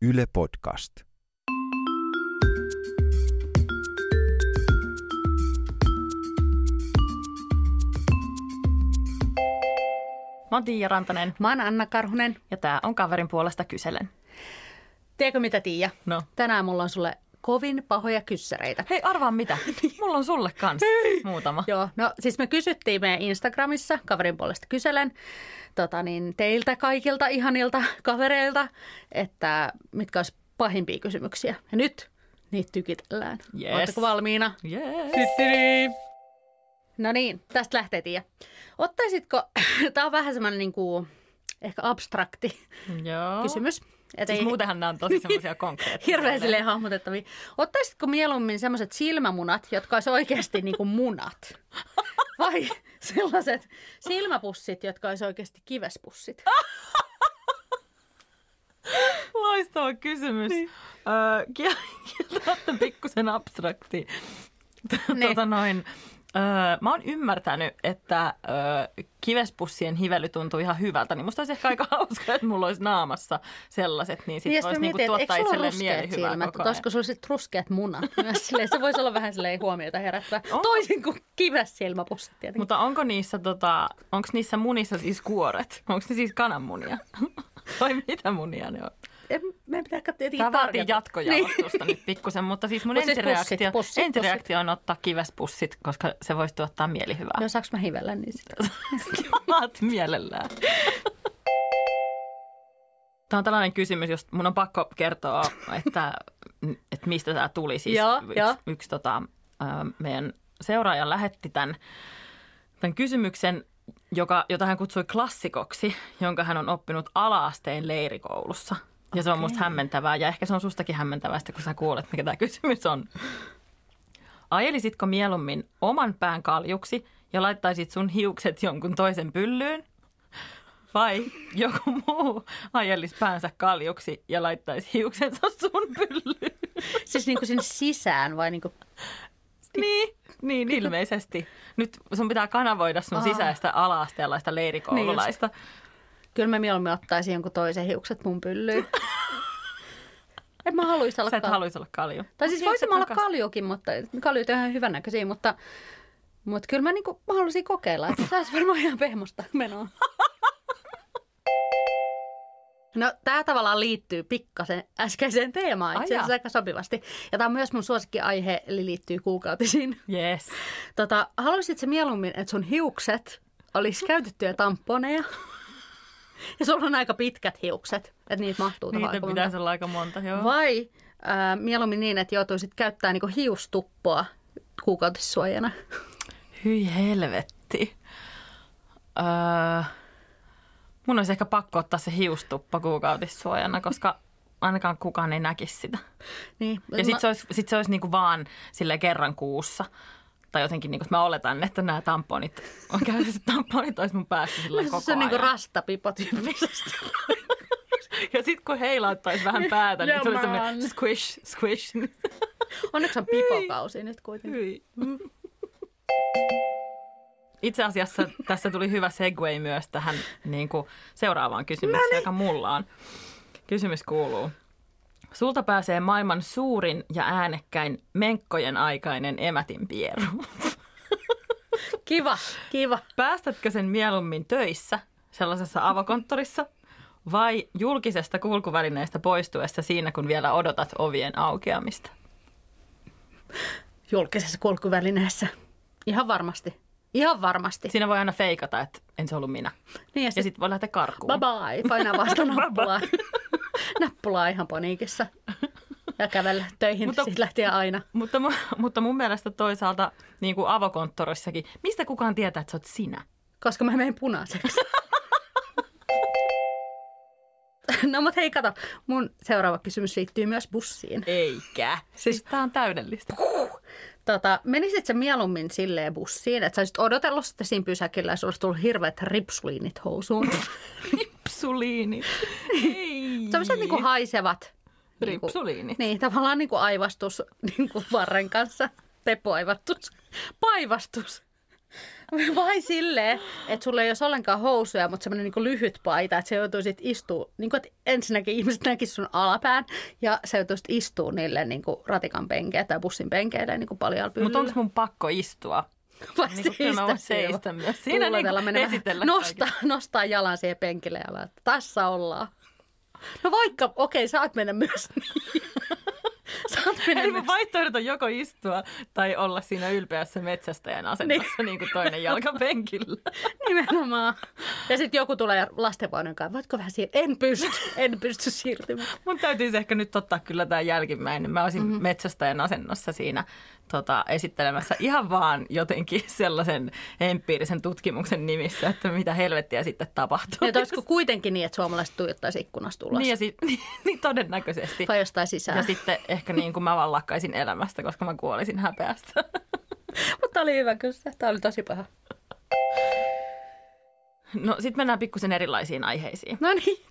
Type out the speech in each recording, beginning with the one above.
Yle Podcast. Mä oon Tiia Rantanen Mä oon Anna Karhunen. ja tää on kaverin puolesta kyselen. Tiedätkö mitä, Tiia? No. Tänään mulla on sulle kovin pahoja kyssäreitä. Hei arvaa mitä, mulla on sulle kans muutama. Joo, no siis me kysyttiin meidän Instagramissa, kaverin puolesta kyselen, tota niin, teiltä kaikilta ihanilta kavereilta, että mitkä olisi pahimpia kysymyksiä. Ja nyt niitä tykitellään. Yes. Oletteko valmiina? Yes. No niin, tästä lähtee Tiia. Ottaisitko, tämä on vähän semmoinen niin kuin, ehkä abstrakti Joo. kysymys. Et Siis ei- muutenhan nämä on tosi semmoisia konkreettisia. Hirveän silleen hahmotettavia. Ottaisitko mieluummin semmoiset silmämunat, jotka olisi oikeasti niinku munat? Vai sellaiset silmäpussit, jotka olisi oikeasti kivespussit? Loistava kysymys. Niin. Öö, kieltämättä pikkusen abstrakti. Niin. Tota noin. Öö, mä oon ymmärtänyt, että öö, kivespussien hively tuntuu ihan hyvältä, niin musta olisi ehkä aika hauska, että mulla olisi naamassa sellaiset, niin Niin, sitten voisi niinku tuottaa eikö itselle sulla ruskeat mielihyvää koko silmät, mutta ajan. olisiko sulla sitten ruskeat munat? Myös silleen, se voisi olla vähän silleen huomiota herättävä. On. Toisin kuin kives silmäpussit tietenkin. Mutta onko niissä, tota, onko niissä munissa siis kuoret? Onko ne siis kananmunia? Vai mitä munia ne on? En, meidän pitää ehkä Niin. tietenkin Tämä vaatii tarkentaa. jatkojalostusta nyt pikkusen, mutta siis mun Mut siis ensireaktio, pussit, pussit, ensireaktio on ottaa kivespussit, koska se voisi tuottaa mielihyvää. No saanko mä hivellä niin sitä? Maat mielellään. Tämä on tällainen kysymys, jos mun on pakko kertoa, että, että mistä tämä tuli. Siis Joo, yksi, joo. yksi tota, ö, meidän seuraaja lähetti tämän, tämän kysymyksen, joka, jota hän kutsui klassikoksi, jonka hän on oppinut alaasteen leirikoulussa. Ja se on musta hämmentävää ja ehkä se on sustakin hämmentävää, sitten kun sä kuulet, mikä tämä kysymys on. Ajelisitko mieluummin oman pään kaljuksi ja laittaisit sun hiukset jonkun toisen pyllyyn? Vai joku muu ajelisi päänsä kaljuksi ja laittaisi hiuksensa sun pyllyyn? Siis niinku sinne sisään vai niinku... Niin, niin ilmeisesti. Nyt sun pitää kanavoida sun Aa. Niin sisäistä ala-asteellaista leirikoululaista. Kyllä mä mieluummin ottaisin jonkun toisen hiukset mun pyllyyn. en mä haluaisi olla Sä et kal- haluaisi olla kalju. Tai siis Mut voisi hiukset olla takas. kaljukin, mutta kaljut on ihan hyvännäköisiä, mutta, mutta kyllä mä, niinku, mä haluaisin kokeilla, että saisi varmaan ihan pehmosta menoa. No tämä tavallaan liittyy pikkasen äskeiseen teemaan itse Ai asiassa jaa. aika sopivasti. Ja tämä on myös mun suosikkiaihe, eli liittyy kuukautisiin. Yes. Tota, haluaisitko mieluummin, että sun hiukset olisi käytettyjä tamponeja? Ja sulla on aika pitkät hiukset, että niitä mahtuu tuohon Niitä aika monta. pitäisi olla aika monta, joo. Vai äh, mieluummin niin, että joutuisit käyttämään niinku hiustuppoa kuukautissuojana. Hyi helvetti. Öö, mun olisi ehkä pakko ottaa se hiustuppa kuukautissuojana, koska ainakaan kukaan ei näkisi sitä. Niin. Ja sit se olisi, sit se olisi niinku vaan sille kerran kuussa. Tai jotenkin niinku, mä oletan, että nämä tamponit, on käytetty tamponit olisi mun päässä sille koko se on ajan. niinku rastapipo tyyppisesti. ja sit kun heilauttaisi vähän päätä, niin Joo, tuli mä semmoinen oon. squish, squish. niin Onneksi on pipokausi nyt kuitenkin. Hyi. Mm. Itse asiassa tässä tuli hyvä segue myös tähän niin kuin seuraavaan kysymykseen, joka mulla on. Kysymys kuuluu. Sulta pääsee maailman suurin ja äänekkäin menkkojen aikainen emätin pieru. Kiva, kiva. Päästätkö sen mieluummin töissä, sellaisessa avokonttorissa, vai julkisesta kulkuvälineestä poistuessa siinä, kun vielä odotat ovien aukeamista? Julkisessa kulkuvälineessä. Ihan varmasti. Ihan varmasti. Siinä voi aina feikata, että en se ollut minä. Niin ja Ja sit, sitten voi lähteä karkuun. bye bye, painaa vasta Bye bye. nappulaa. nappulaa ihan paniikissa. Ja kävellä töihin, Mutta- Mutta... siitä lähtien aina. Mutta, mu- mutta mun mielestä toisaalta niin kuin avokonttorissakin, mistä kukaan tietää, että sä oot sinä? koska mä menen punaiseksi. No mutta hei, kato. Mun seuraava kysymys liittyy myös bussiin. Eikä. Siis tää on täydellistä. Tota, menisit sä mieluummin silleen bussiin, että sä olisit odotellut sitten siinä pysäkillä ja sulla olisi tullut hirveät ripsuliinit housuun. Ripsuliini. Ei. Sellaiset niinku haisevat. niinku- Ripsuliini. Niin, tavallaan niinku aivastus niinku varren kanssa. Tepoaivastus. Paivastus. Vai silleen, että sulla ei olisi ollenkaan housuja, mutta semmoinen niin lyhyt paita, että se joutuisit istua, niin kuin, että ensinnäkin ihmiset näkisivät sun alapään ja sä joutuisit istua niille niin kuin ratikan penkeä tai bussin penkeille niin kuin paljon Mutta onko mun pakko istua? Vai Niin kuin kyllä mä voin seistä myös. Siinä niin Tuulotella, kuin mennä vähän- esitellä nostaa, nostaa jalan siihen penkille ja laittaa, tässä ollaan. No vaikka, okei, saat mennä myös niin. saat mennä Eli myös. mun vaihtoehdot on joko istua tai olla siinä ylpeässä metsästäjän asennossa niin kuin toinen jalka penkillä. Nimenomaan. Ja sitten joku tulee lastenvaunun kanssa, voitko vähän siirtyä? En pysty, en pysty siirtymään. Mun täytyisi ehkä nyt ottaa kyllä tämä jälkimmäinen. Mä olisin Mhm. mm-hmm. metsästäjän asennossa siinä tota, esittelemässä ihan vaan jotenkin sellaisen empiirisen tutkimuksen nimissä, että mitä helvettiä sitten tapahtuu. Ja Niin, että olisiko kuitenkin niin, että suomalaiset tuijottaisi ikkunasta ulos Niin, ja si- niin, niin todennäköisesti. vai jostain sisään. Ja sitten ehkä niin kuin mä vaan lakkaisin elämästä, koska mä kuolisin häpeästä. Mutta oli hyvä kyllä, tämä oli tosi paha. No sitten mennään pikkusen erilaisiin aiheisiin. No niin,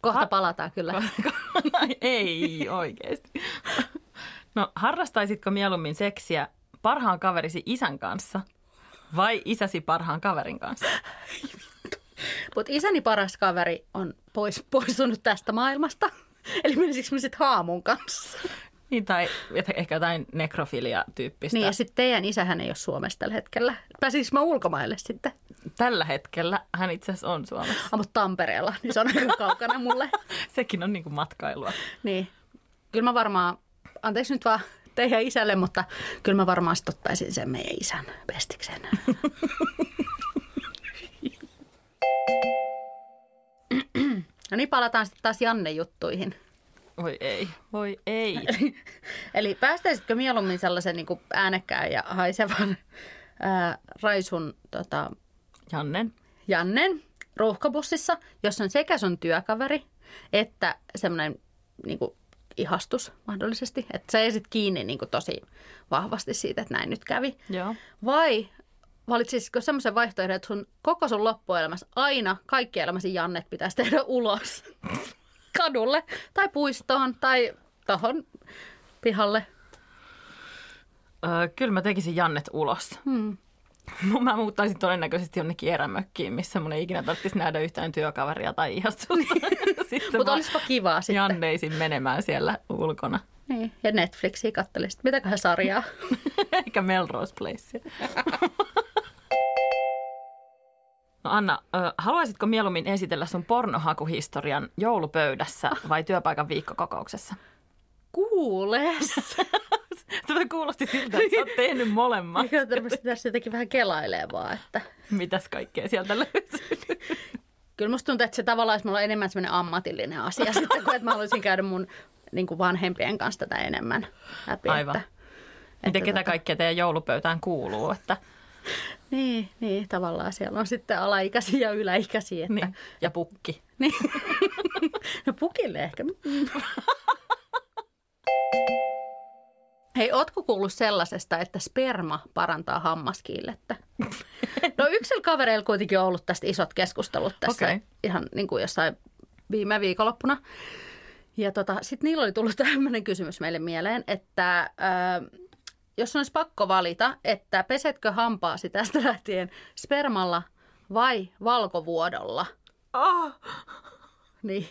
kohta palataan kyllä. Ai Ei oikeasti. No harrastaisitko mieluummin seksiä parhaan kaverisi isän kanssa vai isäsi parhaan kaverin kanssa? Mutta isäni paras kaveri on pois, poistunut tästä maailmasta. Eli menisikö mä sitten haamun kanssa? Niin tai et- ehkä jotain nekrofilia-tyyppistä. Niin ja sitten teidän isähän ei ole Suomessa tällä hetkellä. Pääsisikö mä ulkomaille sitten? Tällä hetkellä hän itse asiassa on Suomessa. Ah, mutta Tampereella, niin se on aika kaukana mulle. Sekin on niinku matkailua. Niin. Kyllä mä varmaan, anteeksi nyt vaan teidän isälle, mutta kyllä mä varmaan sit ottaisin sen meidän isän pestiksen. no niin, palataan sitten taas Janne-juttuihin. Voi ei, voi ei. Eli päästäisitkö mieluummin sellaisen niin äänekkään ja haisevan ää, raisun tota, Jannen. Jannen ruuhkabussissa, jossa on sekä sun työkaveri että semmoinen niin kuin, ihastus mahdollisesti. Että sä jäisit kiinni niin kuin, tosi vahvasti siitä, että näin nyt kävi. Joo. Vai valitsisitko semmoisen vaihtoehdon, että sun koko sun loppuelämässä aina kaikki elämäsi Jannet pitäisi tehdä ulos kadulle tai puistoon tai tohon pihalle? Öö, kyllä mä tekisin Jannet ulos. Hmm. Mä muuttaisin todennäköisesti jonnekin erämökkiin, missä mun ei ikinä tarvitsisi nähdä yhtään työkaveria tai ihastusta. Sitten Mutta mä olisipa kivaa sitten. Janneisin menemään siellä ulkona. Niin. Ja Netflixiä kattelisit. Mitäköhän sarjaa? Eikä Melrose Place. No Anna, ö, haluaisitko mieluummin esitellä sun pornohakuhistorian joulupöydässä vai työpaikan viikkokokouksessa? Kuules! Tätä Tuota kuulosti siltä, että sä oot tehnyt molemmat. Mä tämmöistä tässä jotenkin vähän kelailee vaan, että Mitäs kaikkea sieltä löytyy? kyllä musta tuntuu, että se tavallaan olisi mulla enemmän semmoinen ammatillinen asia sitten, kuin että mä haluaisin käydä mun niin kuin vanhempien kanssa tätä enemmän läpi. Aivan. Että, Mitä että ketä tota- kaikkea teidän joulupöytään kuuluu? Että, Niin, niin, tavallaan siellä on sitten alaikäisiä ja yläikäisiä. Että, niin, ja pukki. niin. no pukille ehkä. Mm. Hei, ootko kuullut sellaisesta, että sperma parantaa hammaskiillettä? No yksillä kavereilla kuitenkin on ollut tästä isot keskustelut tässä Okei. okay. ihan niin kuin jossain viime viikonloppuna. Ja tota, sitten niillä oli tullut tämmöinen kysymys meille mieleen, että ö, jos olisi pakko valita, että pesetkö hampaasi tästä lähtien spermalla vai valkovuodolla, Oh, niin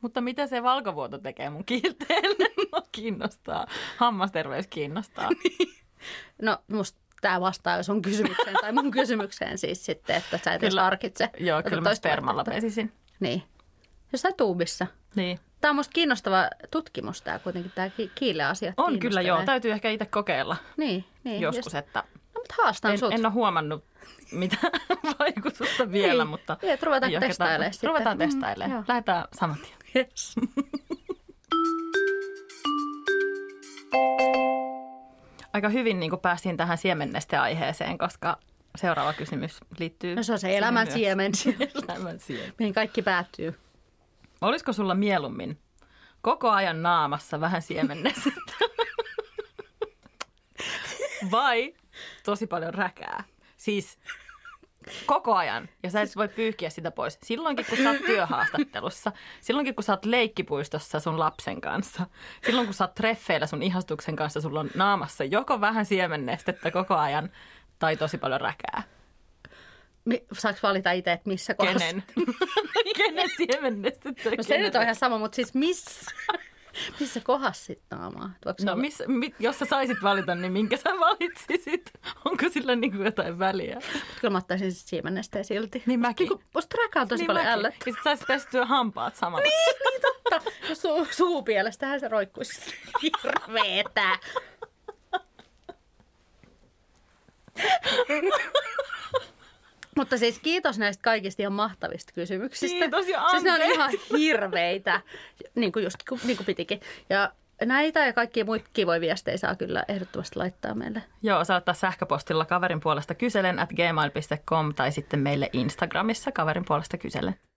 mutta mitä se valkovuoto tekee mun kiilteelle? Mua kiinnostaa. Hammasterveys kiinnostaa. No musta tämä vastaa sun kysymykseen tai mun kysymykseen siis sitten, että sä et edes Kyllä. harkitse. Joo, tätä kyllä mä toista spermalla vaihtoehtoa. pesisin. Niin. Jossain tuubissa. Niin. Tämä on musta kiinnostava tutkimus tämä kuitenkin, tämä kiileasia. On kyllä joo, täytyy ehkä itse kokeilla Niin, niin. joskus, Just, että no, mutta haastan en, sut. en ole huomannut mitään vaikutusta vielä, Niin, mutta niin, että ruvetaan ei ole ehkä testailemaan tarkoitus. sitten. Ruvetaan Mm, testailemaan, joo. lähdetään saman tien. Yes. Aika hyvin niin kuin päästiin tähän siemennesteaiheeseen, koska seuraava kysymys liittyy... No se on se siihen elämän myös. siemen, siellä, Elämän siemen. mihin kaikki päättyy. Olisiko sulla mieluummin koko ajan naamassa vähän siemennestettä? Vai tosi paljon räkää? Siis koko ajan. Ja sä et voi pyyhkiä sitä pois. Silloinkin, kun sä oot työhaastattelussa. Silloinkin, kun sä oot leikkipuistossa sun lapsen kanssa. Silloin, kun sä oot treffeillä sun ihastuksen kanssa, sulla on naamassa joko vähän siemennestettä koko ajan tai tosi paljon räkää. mi- saako valita itse, että missä kohdassa? Kenen? Kenen siemennestä? No se nyt on ihan sama, mutta siis missä, missä kohdassa sitten naamaa? Voiko se No olla- miss, mit, jos sä saisit valita, niin minkä sä valitsisit? Onko sillä niin kuin jotain väliä? Kyllä mä ottaisin sit siemenesteen silti. Niin mäkin. Niinku, musta räkä on tosi niin paljon mäkin. ällöttä. Ja sit saisit pestyä hampaat samalla. Niin. Totta, no su- suupielestähän se roikkuisi. Hirveetä. Mutta siis kiitos näistä kaikista ihan mahtavista kysymyksistä. Kiitos ja Siis ne on anteeksi. ihan hirveitä, niin kuin, just, niin kuin pitikin. Ja näitä ja kaikkia muita kivoja viestejä saa kyllä ehdottomasti laittaa meille. Joo, saattaa sähköpostilla kaverin puolesta kyselen at gmail.com tai sitten meille Instagramissa kaverin puolesta kyselen.